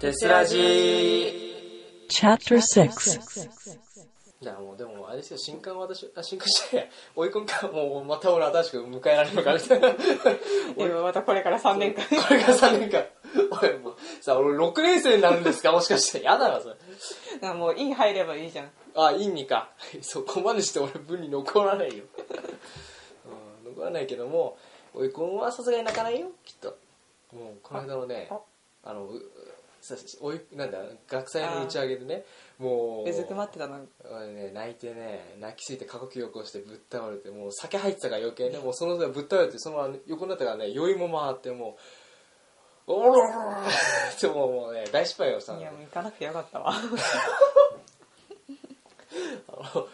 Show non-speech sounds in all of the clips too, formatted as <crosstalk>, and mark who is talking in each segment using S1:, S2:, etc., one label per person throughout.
S1: テスラジー
S2: Chapter 6.
S1: いやもうでもあれですよ新刊は私あ新刊してないや追い込みかもうまた俺新しく迎えられるのかみたいな俺
S3: 今またこれから3年間。 <laughs>
S1: これから3年間俺もうさ俺6年生になるんですかもしかしてやだなそれ
S3: なもう、イン入ればいいじゃん。
S1: あ陰にかそこまでして俺文に残らないよ、うん、残らないけども追い込みはさすがに泣かないよきっともうこの間のね
S3: あ
S1: あのうさおいなんだ学祭の打ち上げでねもう
S3: うずくまってたな。
S1: 俺ね泣いてね泣きすぎて過呼吸を起こしてぶっ倒れてもう酒入ってたから余計ねもうそのぶっ倒れてそのまま横になったからね酔いも回ってもうおろろろろろってもうもうね大失敗をしたの
S3: い
S1: ね
S3: や、もう行かなくてよかったわ。
S1: あの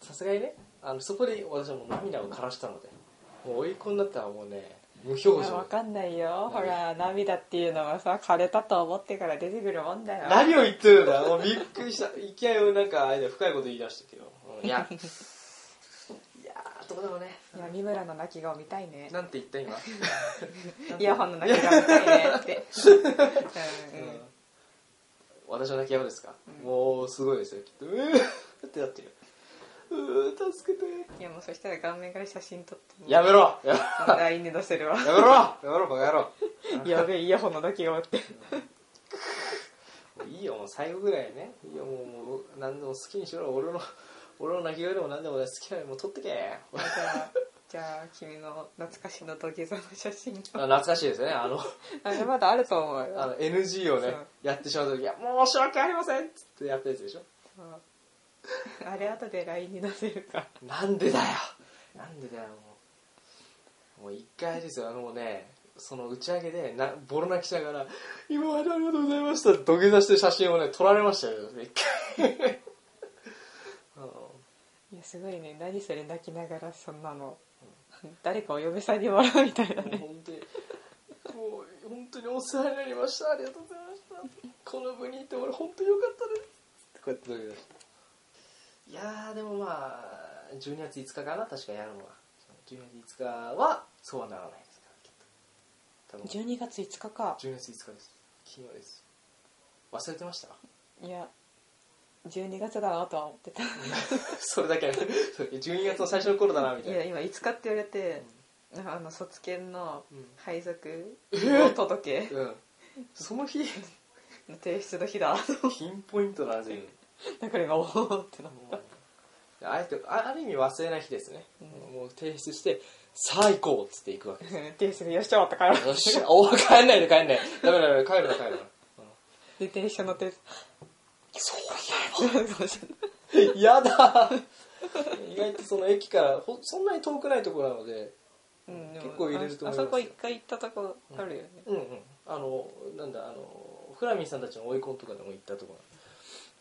S1: さすがにねあのそこで私はもう涙を枯らしたのでもう追い込んだったらもうね無表
S3: いやわ
S1: 情
S3: かんない <laughs> よ。ほ
S1: 何
S3: ら、涙っていうのはさ、枯れたと思ってから出てくるもんだよ。
S1: 何を言ってるんだもうびっくりした勢いをなんかあれだよ深いこと言い出したけど、うんいやいやーどうでもね
S3: いや、三村の泣き顔見たいね。
S1: なんて言った今
S3: イヤホンの泣き顔見たいねって。うん <laughs> うん
S1: 私の泣き顔ですか、
S3: うん
S1: もうすごいですよきっとう <laughs> ーってなってるうー助けて
S3: いや、もうそしたら顔面から写真撮って。
S1: やめろや
S3: もう LINE で載せるわ。
S1: めろ <laughs> やめろバカ野郎
S3: <laughs> やべえ、イヤホンの泣き顔って。
S1: もういいよもう最後ぐらいねいいよもうもう何でも好きにしろ俺の <laughs> 俺の泣き声でも何でもない好きなのもう取ってけ
S3: <laughs> じゃあ、じゃあ君の懐かしの土下座の写真を。
S1: あ懐かしいですねあの
S3: あれまだあると思うよ。
S1: あの NG をね
S3: そう
S1: やってしまう時「いや申し訳ありません」っつってやったやつでしょ
S3: そうあれ後で LINE に載せるか。
S1: なんでだよなんでだよもうもう一回ですよあのもうねその打ち上げでなボロ泣きしながら「今までありがとうございました」土下座してる写真をね撮られましたよ一回 <laughs> う
S3: いや、すごいね。何それ泣きながらそんなの。 <laughs> 誰かお嫁さんにもらうみたいなん
S1: もう <laughs>
S3: ね。
S1: 本当にもう本当にお世話になりましたありがとうございましたこの部にいて俺本当によかったですこうやって土下座していやーでもまあ12月5日かな確かやるのは12月5日はそうはならないですからきっと多分
S3: 12月5日か。
S1: 12月5日です昨日です忘れてました <laughs>
S3: いや、12月だなとは思ってた。
S1: それだけそれ12月の最初の頃だなみた
S3: い
S1: い
S3: や、
S1: な
S3: 今5日って言われて、あの、卒検の
S1: うん
S3: 配属の届け
S1: うん、その <laughs> 日
S3: の提出の日だ。
S1: ピンポイントなんですよ
S3: だから今、おーってなっ
S1: もうあえてあある意味忘れない日ですね、
S3: う
S1: もう提出してさあ行こうっつって行くわけ
S3: た。 <laughs> 提出でよっしゃ、終わったから。
S1: よっし <laughs> ゃお帰んないで帰んないダメダメ帰るな帰るな
S3: で、電車乗って、
S1: そう
S3: そうし
S1: いえば <laughs> やだ意外とその駅からほそんなに遠くないところなので
S3: うんでも
S1: 結構入れると思います
S3: ああそこ一回行ったとこあるよね、
S1: うんうんあのなんだあのフラミンさんたちの追い込んとかでも行ったところ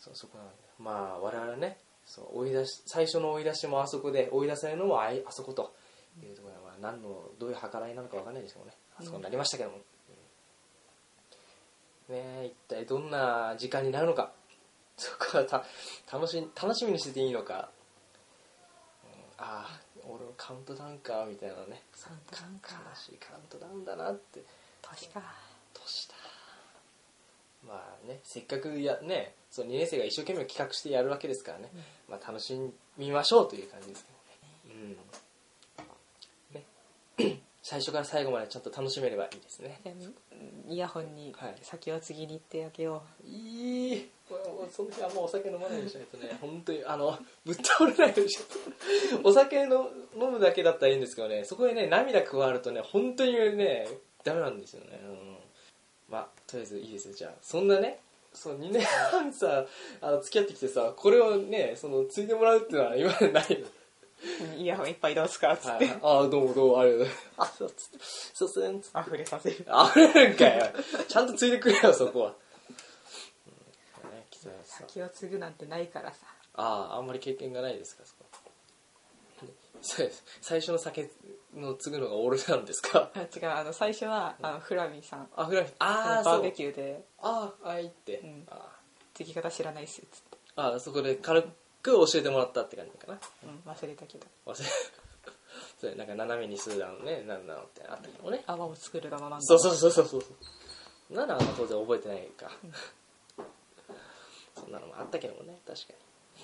S1: そうそこなんでまあ我々ねそう追い出し最初の追い出しもあそこで追い出されるのもあいあそこというところで、まあ、何のどういう計らいなのかわかんないですけどねあそこになりましたけども、ねえ一体どんな時間になるのかそこはた楽し楽しみにしてていいのか、うんああ俺のカウントダウンかみたいなね
S3: カウントダウンか
S1: 悲しいカウントダウンだなって
S3: 年か
S1: 年だまあねせっかくやねその2年生が一生懸命企画してやるわけですからね、まあ、楽しみましょうという感じですけどね,、うん、ね <clears throat> 最初から最後までちゃんと楽しめればいいですね
S3: いやうんイヤホンに
S1: はい
S3: 先を継ぎに行ってあげよ
S1: いい俺俺その時あんまお酒飲まないようにしないとね本当にあのぶっ倒れないようにしないとお酒の飲むだけだったらいいんですけどねそこでね涙加わるとね本当にねダメなんですよね、うん、まあとりあえずいいですよじゃあそんなねそう2年半さあの付き合ってきてさこれをねその継いでもらうっていうのは今までないの
S3: う、イヤホンいっぱいどうすかっつっ
S1: は
S3: て、
S1: い、ああどうもどうもありがとうございますあそうつってそうすねつって
S3: 溢れさせる
S1: あるんかよちゃんとついてくれよそこは、うんねきついです
S3: 先を継ぐなんてないからさ
S1: あああんまり経験がないですかそこそうです最初の酒の継ぐのが俺なんですか
S3: あ違うあの最初はあのフラミさん
S1: あフラミあ
S3: あ
S1: あ
S3: の
S1: そ
S3: バ
S1: う
S3: ーベキューで
S1: あああいって、
S3: うん
S1: あ
S3: 継ぎ方知らないっすっつって、
S1: あああそこで軽く教えてもらったって感じかな
S3: うん、忘れたけど
S1: 忘れそれなんか斜めにするだのねなんなのってあったけどね
S3: 泡を作るだのなんだ
S1: そうそうそうそうそうならあんま当然覚えてないか、そんなのもあったけどもね確か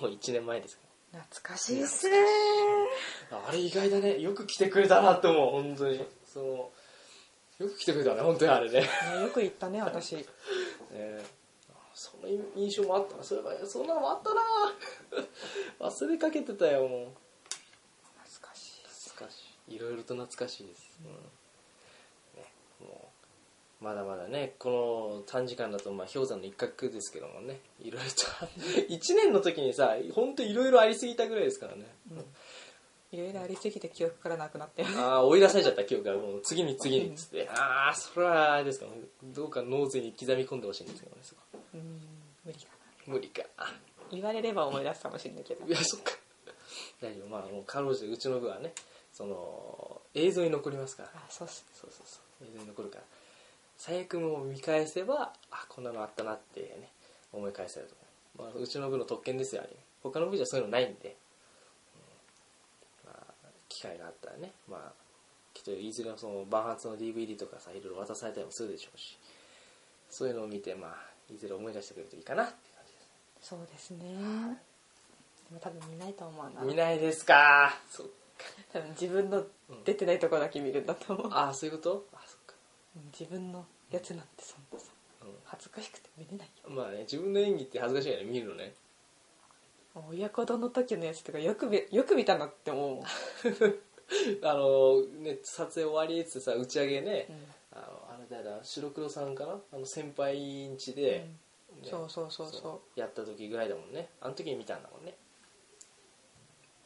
S1: にもう1年前ですか
S3: 懐かしいっすね
S1: らあれ意外だねよく来てくれたなって思う本当にそのよく来てくれたね本当にあれね
S3: ねよく行ったね私
S1: ねあその印象もあったなそういえばそんなのもあったな <laughs> 忘れかけてたよもう
S3: 懐かしい
S1: 懐かしいいろいろと懐かしいです、うんね、もうまだまだねこの短時間だとまあ氷山の一角ですけどもねいろいろと <laughs> 1年の時にさ本当いろいろありすぎたぐらいですからね、
S3: いろいろありすぎて記憶からなくなって
S1: ああ追い出されちゃった記憶がもう次に次にっつってああそれはあれですかどうか脳髄に刻み込んでほしいんですけどねそこ
S3: うん無理かな
S1: 無理か
S3: 言われれば思い出すかもしれないけど
S1: いやそっか大丈夫まあもうかろうじてうちの部はねその映像に残りますから
S3: あそうっす
S1: そうそうそう映像に残るから最悪もう見返せばあこんなのあったなってね思い返せると、まあ、うちの部の特権ですよあれ他の部じゃそういうのないんで、うんまあ、機会があったらねまあきっといずれのその万発の DVD とかさいろいろ渡されたりもするでしょうしそういうのを見てまあいずれ思い出してくれるといいかなって感じです
S3: そうですねでも多分見ないと思うな
S1: 見ないですかそっか
S3: 多分自分の出てないとこだけ見るんだと思う、
S1: ああそういうことあそっか
S3: 自分のやつなんてそんなさ
S1: う
S3: 恥ずかしくて見れないよ
S1: んまあね自分の演技って恥ずかしいよね見るのね
S3: もう親子丼の時のやつとかよく見よく見たなって思うもん、
S1: あのね撮影終わりっつってさ打ち上げね、
S3: うん
S1: あのあれだよな白黒さんかなあの先輩んちで、ね
S3: そうそうそうそう
S1: やった時ぐらいだもんねあの時に見たんだもんね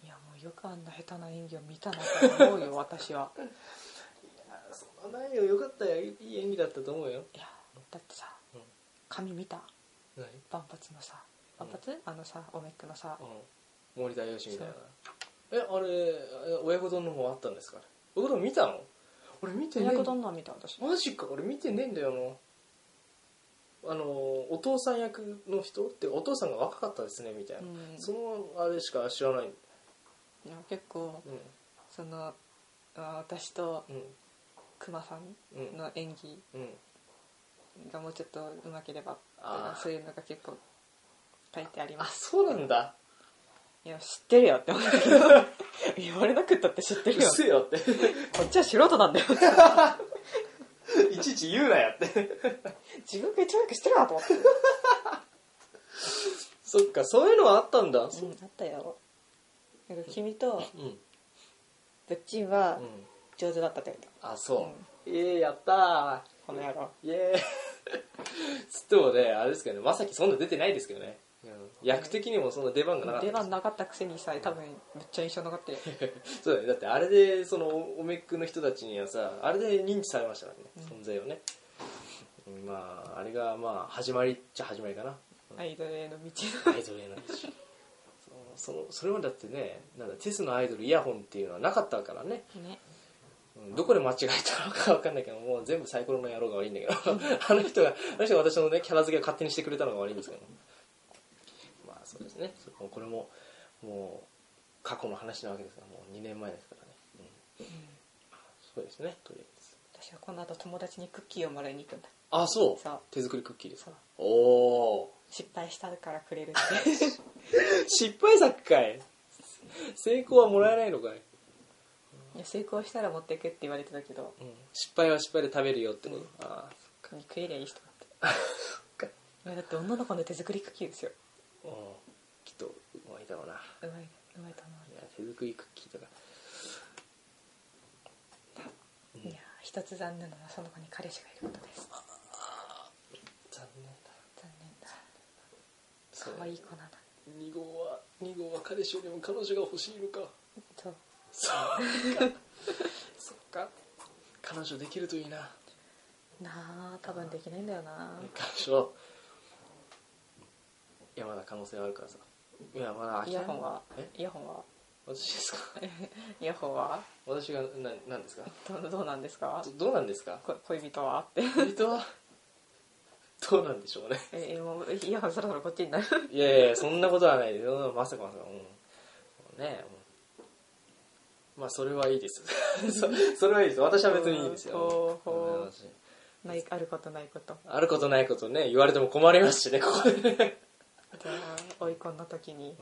S3: いやもうよくあんな下手な演技を見たなと思う
S1: <laughs>
S3: よ私は
S1: あそんな内容よかったよいい演技だったと思うよ
S3: いやだってさ、
S1: うん
S3: 髪見た
S1: 何
S3: 万発のさ万発、あのさオメックのさ、
S1: うん森田よしみたいなえあれえ親子丼の方あったんですか親子丼見たの俺見てね
S3: 親
S1: え
S3: 子丼のは見た私
S1: マジか俺見てねえんだよなあのお父さん役の人ってお父さんが若かったですねみたいな、
S3: うん
S1: そのあれしか知らない
S3: いや結構
S1: う
S3: そのあ私と
S1: んうん
S3: クマさん
S1: うん
S3: の演技
S1: うん
S3: がもうちょっと上手ければ
S1: あー
S3: そういうのが結構書いてあり
S1: あ
S3: ます
S1: そうなんだ
S3: いや知ってるよって思ったけど <laughs> 言われなくったって知って
S1: うっ
S3: るよ
S1: せえよって
S3: <laughs>
S1: <laughs>
S3: こっちは素人なんだよ
S1: いちいち言うなやって
S3: <laughs> 自分が一番よく知ってるなと思って、
S1: <laughs> そっかそういうのはあったんだ
S3: うん、あったよなんか君と
S1: うんうん
S3: ぶっちんは上手だったって言われた
S1: あそう、ええやったー
S3: この野郎
S1: イエーイ <laughs> つってもねあれですけどねまさきそんな出てないですけどね、うん、役的にもそんな出番がなかった
S3: 出番なかったくせにさ多分めっちゃ印象残ってる
S1: そうだねだってあれでそのおめっくの人たちにはさあれで認知されましたからね、
S3: うん
S1: 存在をねうんまああれがまあ始まりっちゃ始まりかな
S3: アイドルへの道
S1: アイドルへの道そのそのそれまでだってねなんだテスのアイドルイヤホンっていうのはなかったからね、
S3: のね
S1: うんどこで間違えたのか分かんないけどもう全部サイコロの野郎が悪いんだけど <laughs> あの人があの人が私のねキャラ付けを勝手にしてくれたのが悪いんですけどまあそうですねそれもこれももう過去の話なわけですからもう2年前ですからね、うんそうですねとりあえず
S3: 私はこの後友達にクッキーをもらいに行くんだ
S1: あそう
S3: そう
S1: 手作りクッキーです
S3: そう
S1: おお
S3: 失敗したからくれるって
S1: 失敗作かい成功はもらえないのかい、
S3: いや成功したら持っていくって言われてたけど
S1: うん、失敗は失敗で食べるよってこと、ああ
S3: 食えりゃいい人だって
S1: そっか
S3: いやだって女の子の手作りクッキーですよ
S1: うんきっとうまいだろうな
S3: うまいうまいと思
S1: いや手作りクッキーとか
S3: う、いや一つ残念なのはその子に彼氏がいることです
S1: 残念だ
S3: 残念
S1: そう
S3: だ可愛い子なの
S1: 2号は二号は彼氏よりも彼女が欲しいのか
S3: そう
S1: そうかそっか彼女できるといいな
S3: なあ多分できないんだよな
S1: 彼女いやまだ可能性はあるからさいやまだ
S3: イ
S1: 諦
S3: ヤ
S1: め
S3: ホンは
S1: え
S3: イヤホンは <laughs>
S1: 私ですか
S3: イヤホンは
S1: 私がな何ですか
S3: どうどうなんですか
S1: どどうなんですか
S3: こ恋人はって
S1: 恋人はどうなんでしょうね
S3: ええもうイヤホンそろそろこっちになる <laughs>
S1: いやいやそんなことはないですまさかまさかうんねうんまあそれはいいですそそれはいいです私は別にいいですよ
S3: ほうほう
S1: うん
S3: ないあることないこと
S1: あることないことね言われても困りますしねここでね
S3: じゃあ追い込んだ時に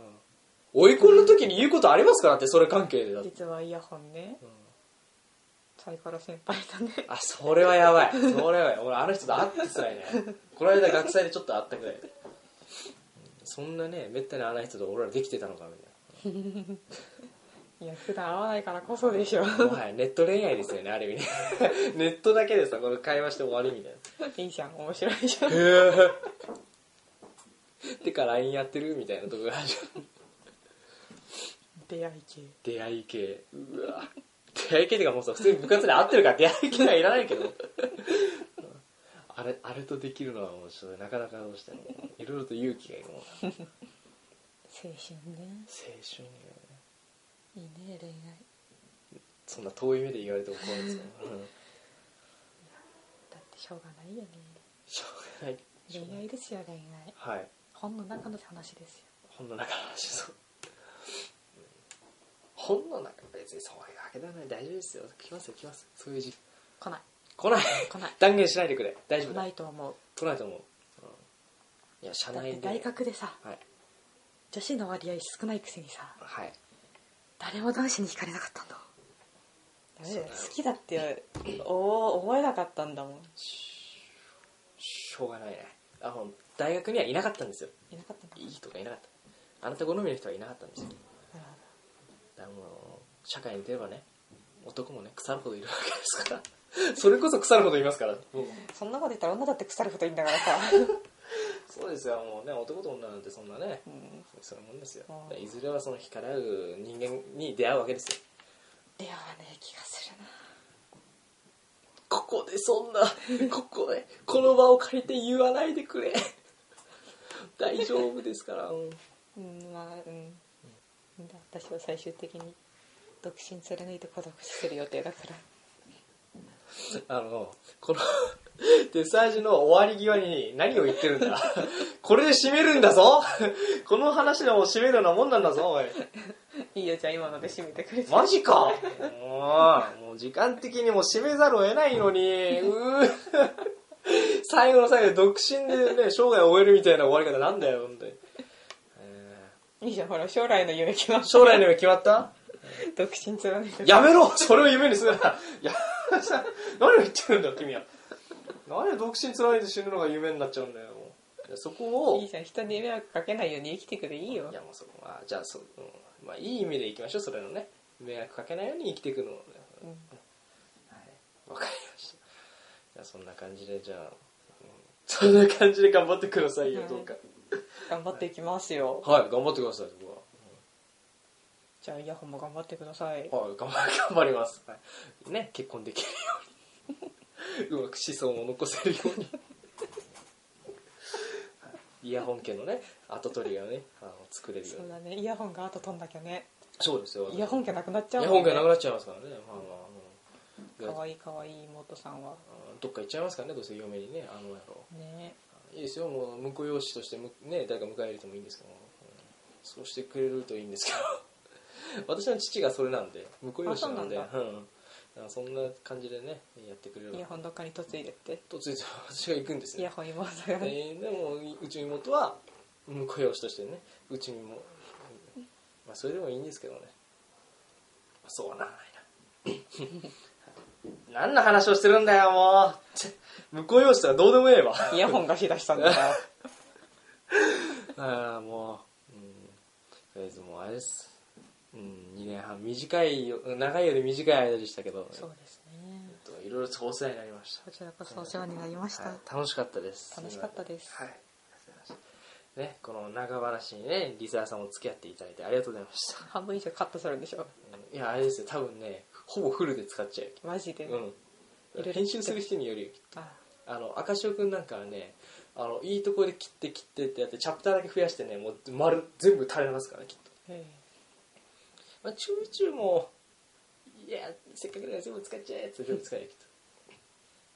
S1: 追い込んだ時に言うことありますかだってそれ関係でだって
S3: 実はイヤホンね、サイコロ先輩だね
S1: あそれはやばいそれはやばい俺あの人と会ってつらいねこの間学祭でちょっと会ったくらいでそんなねめったに会わない人と俺らできてたのかみた
S3: いや普段会わないからこそでしょ
S1: いなもはやネット恋愛ですよねある意味ね <laughs> ネットだけでさこの会話して終わりみたいない
S3: いじゃん面白いじゃん
S1: へえ <laughs> てか LINE やってるみたいなとこがあるじゃん
S3: 出会い系
S1: 出会い系うわ出会い系ってかもうさ普通に部活で合ってるから出会い系はいらないけどあれあれとできるのはもうちょっとなかなかどうしてもいろいろと勇気がいるもんな青
S3: 青春ね
S1: 春よね
S3: いいね恋愛
S1: そんな遠い目で言われても怖いですよねうん
S3: だってしょうがないよね
S1: しょうがない
S3: 恋愛ですよ恋愛
S1: はい
S3: 本の中の話ですよ
S1: 本の中の話そううん本の中別にそういうわけではない大丈夫ですよ来ますよ来ますよそういう時期
S3: 来ない
S1: 来ない
S3: 来ない
S1: 断言しないでくれ大丈
S3: 来
S1: 夫
S3: な
S1: だ
S3: いと思う
S1: 来ないと思う、うんいや社
S3: だっ
S1: 内
S3: て
S1: で
S3: 大学でさ
S1: はい
S3: 女子の割合少ないくせにさ
S1: はい
S3: 誰も男子に惹かれなかったんだダメだよ
S1: そうだよ
S3: 好きだっておお思えなかったんだもん
S1: しょうがないねあの大学にはいなかったんですよ
S3: いなかったんだ
S1: いい人がいなかったあなた好みの人はいなかったんですよ
S3: なるほ
S1: だからもう社会に出ればね男もね腐るほどいるわけですから <laughs> それこそ腐るほどいますからもう
S3: どそんなこと言ったら女だって腐ることいいんだからさ、
S1: そうですよもうね男と女なんてそんなね
S3: <laughs> うん
S1: そういうもんですよ
S3: あー
S1: でいずれはその干からう人間に出会うわけですよ
S3: 出会わねえ気がするな
S1: ここでそんなここでこの場を借りて言わないでくれ大丈夫ですから、うん
S3: うんまあうんだ私は最終的に独身貫いて孤独する予定だから
S1: あのこのデサージュの終わり際に何を言ってるんだこれで締めるんだぞこの話でもう締めるようなもんなんだぞおい
S3: <laughs> いいよじゃあ今ので締めてくれて
S1: マジかうんもう時間的にもう締めざるを得ないのに、うー最後の最後で独身でね、生涯を終えるみたいな終わり方なんだよ、本当に。え
S3: いいじゃんほら将来の夢決まっ
S1: ー
S3: た
S1: 将来の夢決まった
S3: 独身貫いて
S1: やめろそれを夢にするな。いや、何を言ってるんだ、君は。何で独身つらいで死ぬのが夢になっちゃうんだよ。いやそこを、
S3: いいじゃん人に迷惑かけないように生きてくでいいよ
S1: いやもうそこはじゃあそう、うんまあ、いい意味でいきましょうそれのね迷惑かけないように生きていくのをね
S3: うん
S1: はいわかりましたじゃあそんな感じでじゃあ、うんそんな感じで頑張ってくださいよ、
S3: はい
S1: どうか
S3: 頑張っていきますよ
S1: はい頑張ってくださいそこ
S3: じゃあイヤホンも頑張ってください
S1: ははい頑張頑張ります、はい、ね結婚できるようにうまく子孫を残せるようにはいイヤホン家のね跡取りがねあの作れるよう
S3: そう
S1: に
S3: だねイヤホンが後飛んだきゃね
S1: そうですよ
S3: イヤホン家なくなっちゃう
S1: 日
S3: も
S1: 本
S3: んね
S1: がなくなっちゃいますからね、まあまあ、
S3: か
S1: もう
S3: わいいかわいい妹さんは
S1: あのどっか行っちゃいますからね、どうせ嫁にね、あの野郎。
S3: ね
S1: いいですよ、もう、婿養子としてむ、ね、誰か迎え入れてもいいんですけども、うんそうしてくれるといいんですけど、 <laughs> 私の父がそれなんで、婿養子なんで、
S3: あ
S1: うんだからそんな感じでね、やってくれれ
S3: イヤ
S1: ば。
S3: ホンどっかに嫁いでって
S1: とつい <laughs> て私が行くんです
S3: イヤ
S1: ね。
S3: ホン妹 <laughs> が
S1: で
S3: ね
S1: でも、うちの妹は、婿養子としてね、うちにも、うんまあ、それでもいいんですけどね。まあそうはならないな。 <laughs> 何の話をしてるんだよ、もうち。向こう <laughs> 用紙とかどうでもええわ。
S3: イヤホンがしだしたんだ <laughs> から
S1: ああ、もう、うん、とりあえずもうあれです。うん、2年半、短いよ、長いより短い間でしたけど、
S3: そうですね
S1: いろいろとお世話になりまし。
S3: こちらこそお世話になりましたた、
S1: はい楽しかったです。
S3: 楽しかったです
S1: はい。ありがとうございましたね、この長話にね、リサーさんも付き合っていただいてありがとうございました。
S3: 半分以上カットするんでしょ
S1: うんいや、あれですよ、多分ね、ほぼフルで使っちゃうよ
S3: マジで、
S1: う
S3: いろい
S1: ん。
S3: ろ
S1: 編集する人によるよ、
S3: あ
S1: あの赤潮くんなんかはねあのいいところで切って切ってってやってチャプターだけ増やしてねもう丸全部垂れますからきっと、
S3: え
S1: まあ、チューチューもいやせっかくだから全部使っちゃえって全部使えよきっと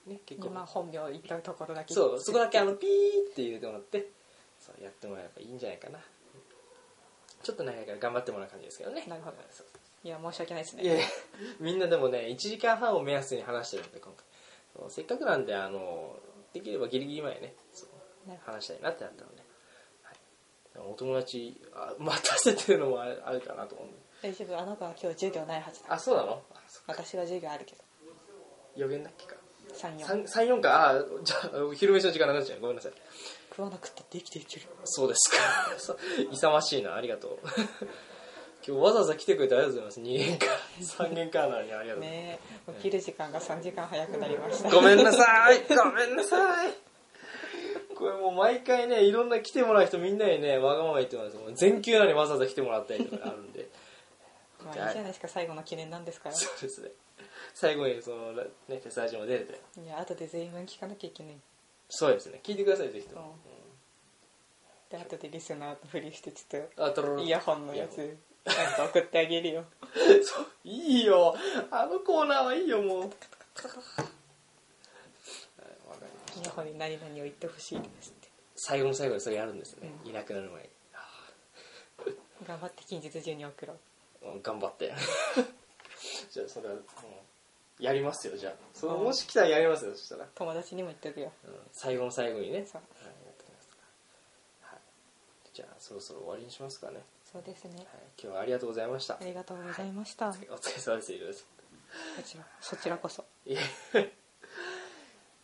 S1: <laughs> ね結
S3: え
S1: 構
S3: 今本名言ったところだけ
S1: そうそこだけあのピーって入れてもらってそうやってもらえばいいんじゃないかなちょっと長いから頑張ってもらう感じですけどね
S3: なるほど
S1: そう
S3: いや申し訳ないです
S1: いやい
S3: ね
S1: やみんなでもね1時間半を目安に話してるんで今回そうせっかくなんであのできればギリギリ前ねそう
S3: ね
S1: 話したいなってなったので、はい、お友達あ待たせてるのもあるあるかなと思うんで
S3: 大丈夫あの子は今日授業ないはずだ
S1: あそうなのあそっか
S3: 私は授業あるけど
S1: 予言だっけか
S3: 34
S1: 34かあーじゃあお昼飯の時間なくなっちゃうごめんなさい
S3: 食わなくったって生きていける
S1: そうですかそう勇ましいなありがとう今日わざわざ来てくれてありがとうございます2限か3限かなのにありがとうございます、
S3: ねえ起きる時間が3時間早くなりました
S1: ごめんなさいごめんなさいこれもう毎回ねいろんな来てもらう人みんなにねわがまま言ってもらってもう全休なのにわざわざ来てもらったりとかあるんで
S3: まあいいじゃないですか最後の記念なんですから
S1: そうですね最後にそのねフェスラジオも出てて
S3: いや後で全員分聞かなきゃいけない
S1: そうですね聞いてくださいぜひと
S3: うん
S1: も、
S3: で後でリスナーのふりしてちょっ
S1: あとろ
S3: と
S1: ろ
S3: イヤホンのやつなんか送ってあげるよ
S1: そう <laughs> いいよあのコーナーはいいよもうはいわかりました
S3: イヤホンに何々を言ってほしいですって
S1: 最後の最後にそれやるんですね、
S3: うん
S1: いなくなる前にあ
S3: 頑張って近日中に送ろう
S1: ーうん頑張って <laughs> じゃあそれは、うんやりますよじゃあその
S3: うん
S1: もし来たらやりますよそしたら、
S3: 友達にも言っとくよ
S1: うん最後の最後にね、はい、やって
S3: そう
S1: きますからはいじゃあそろそろ終わりにしますかね、
S3: そうですね
S1: はい、今日はありがとうございました、
S3: ありがとうございましたこ
S1: お疲れ様ですいろいろと
S3: ちらそちらこそ
S1: いえ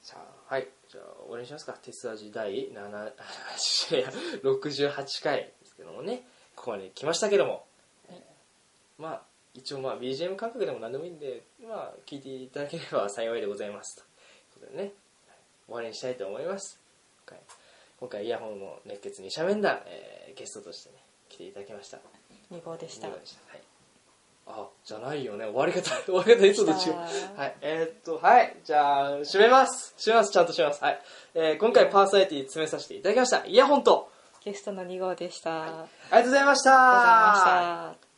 S1: じゃあはいじゃあ終わりにしますか鉄味第7 <laughs> いや68回ですけどもねここまで来ましたけども、
S3: はい
S1: まあ一応まあ BGM 感覚でも何でもいいんでまあ聞いていただければ幸いでございますということでねはい終わりにしたいと思います今回今回イヤホンの熱血にしゃべんだ、えーゲストとしてね来ていただきました
S3: 2号でした
S1: いかがでしたはいあじゃないよね終わり方 <laughs> 終わり方いつもと違う
S3: した
S1: はいえーっとはいじゃあ締めます締めますちゃんと締めますはい、えー今回パーソナリティ詰めさせていただきましたイヤホンと
S3: ゲストの2号でした、ありがとう
S1: ありがとうございました
S3: ございました